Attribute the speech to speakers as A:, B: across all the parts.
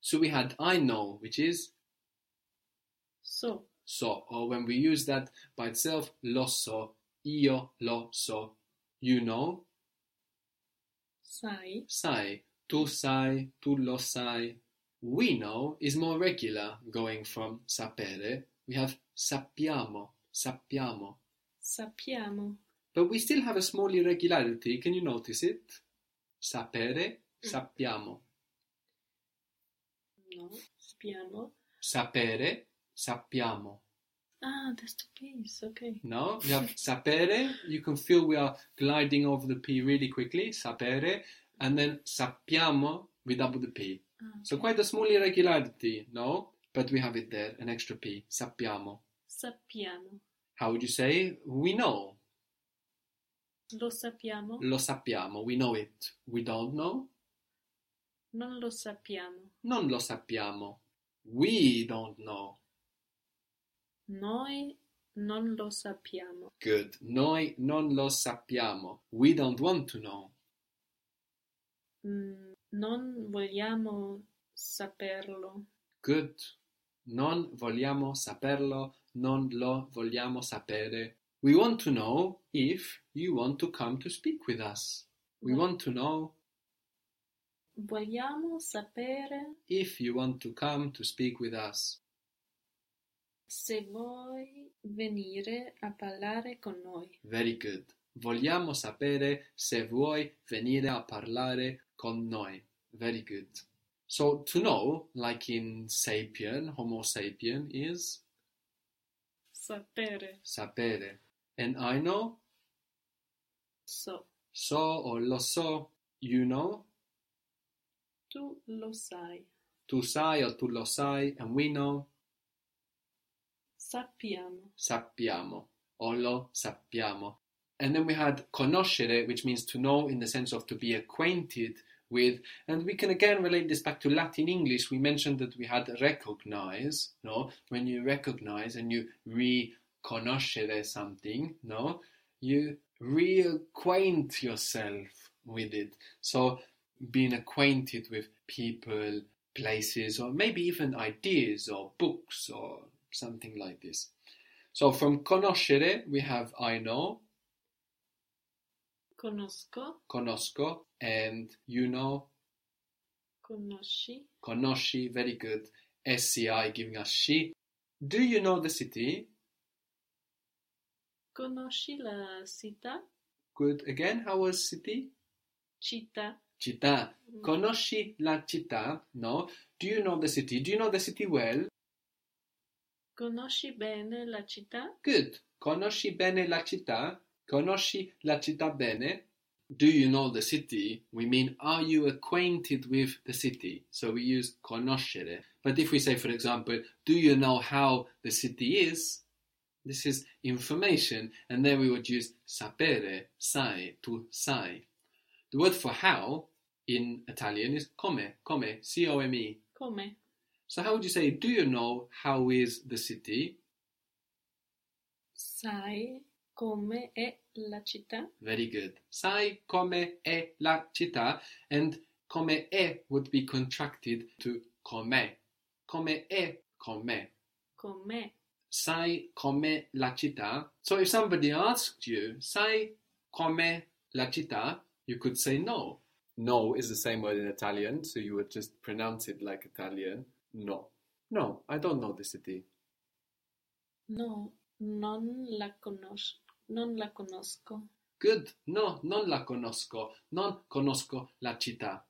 A: So we had I know, which is
B: so,
A: so, or when we use that by itself, lo so, io lo so, you know,
B: sai,
A: sai, tu sai, tu lo sai. We know is more regular, going from sapere. We have sappiamo, sappiamo.
B: sappiamo,
A: But we still have a small irregularity. Can you notice it? Sapere, sappiamo.
B: no, sappiamo.
A: Sapere, sappiamo.
B: Ah, that's the piece, ok.
A: No, we have sapere. You can feel we are gliding over the P really quickly. Sapere. And then sappiamo, we double the P.
B: Ah,
A: So
B: ok.
A: quite a small irregularity, no? But we have it there, an extra P. Sappiamo.
B: Sappiamo,
A: How would you say? We know.
B: lo sappiamo,
A: Lo sappiamo. We know it. We don't know.
B: non lo sappiamo.
A: Non lo sappiamo. We don't know.
B: Noi non lo sappiamo.
A: Good. Noi non lo sappiamo. We don't want to know.
B: Mm, non vogliamo saperlo.
A: Good. Non vogliamo saperlo. Non lo vogliamo sapere. We want to know if you want to come to speak with us. We want to know
B: Vogliamo sapere
A: if you want to come to speak with us.
B: se vuoi venire a parlare con noi.
A: Very good. Vogliamo sapere se vuoi venire a parlare con noi. Very good. So, to know, like in sapien, Homo sapien, is
B: Sapere,
A: sapere. And I know,
B: so,
A: so or lo so, you know,
B: tu lo sai.
A: tu sai or tu lo sai, and we know,
B: Sappiamo,
A: sappiamo, or lo sappiamo. And then we had conoscere, which means to know in the sense of to be acquainted with. And we can again relate this back to Latin English. We mentioned that we had recognize, no? When you recognize and you reconoscere something, no? You reacquaint yourself with it. So being acquainted with people, places, or maybe even ideas or books or something like this. So from conoscere, we have I know,
B: conosco,
A: conosco, and you know,
B: conosci,
A: conosci, very good. SCI giving us she. Do you know the city?
B: conosci la città,
A: Good. Again, how was city?
B: città. Mm.
A: Città. Conosci la città? No. Do you know the city? Do you know the city well?
B: Conosci bene la città?
A: Good. Conosci bene la città? Conosci la città bene? Do you know the city? We mean, are you acquainted with the city? So we use conoscere. But if we say, for example, do you know how the city is? This is information, and then we would use sapere, sai, tu sai. The word for how in Italian is come, come, C-O-M-E.
B: Come?
A: e. So how would you say, do you know how is the city?
B: Sai come è la città?
A: Very good. Sai come è la città? And come è would be contracted to come. Come è, come.
B: Com'è?
A: Sai come la città? So if somebody asked you, sai come la città? You could say no. No is the same word in Italian, so you would just pronounce it like Italian. No. No, I don't know the city.
B: No, non la conosco. Non la conosco.
A: Good. No, non la conosco. Non conosco la città.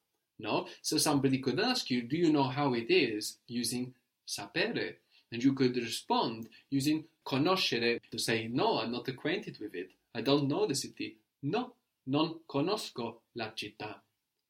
A: No. So somebody could ask you, do you know how it is using sapere? And you could respond using conoscere to say, no, I'm not acquainted with it. I don't know the city. No, non conosco la città.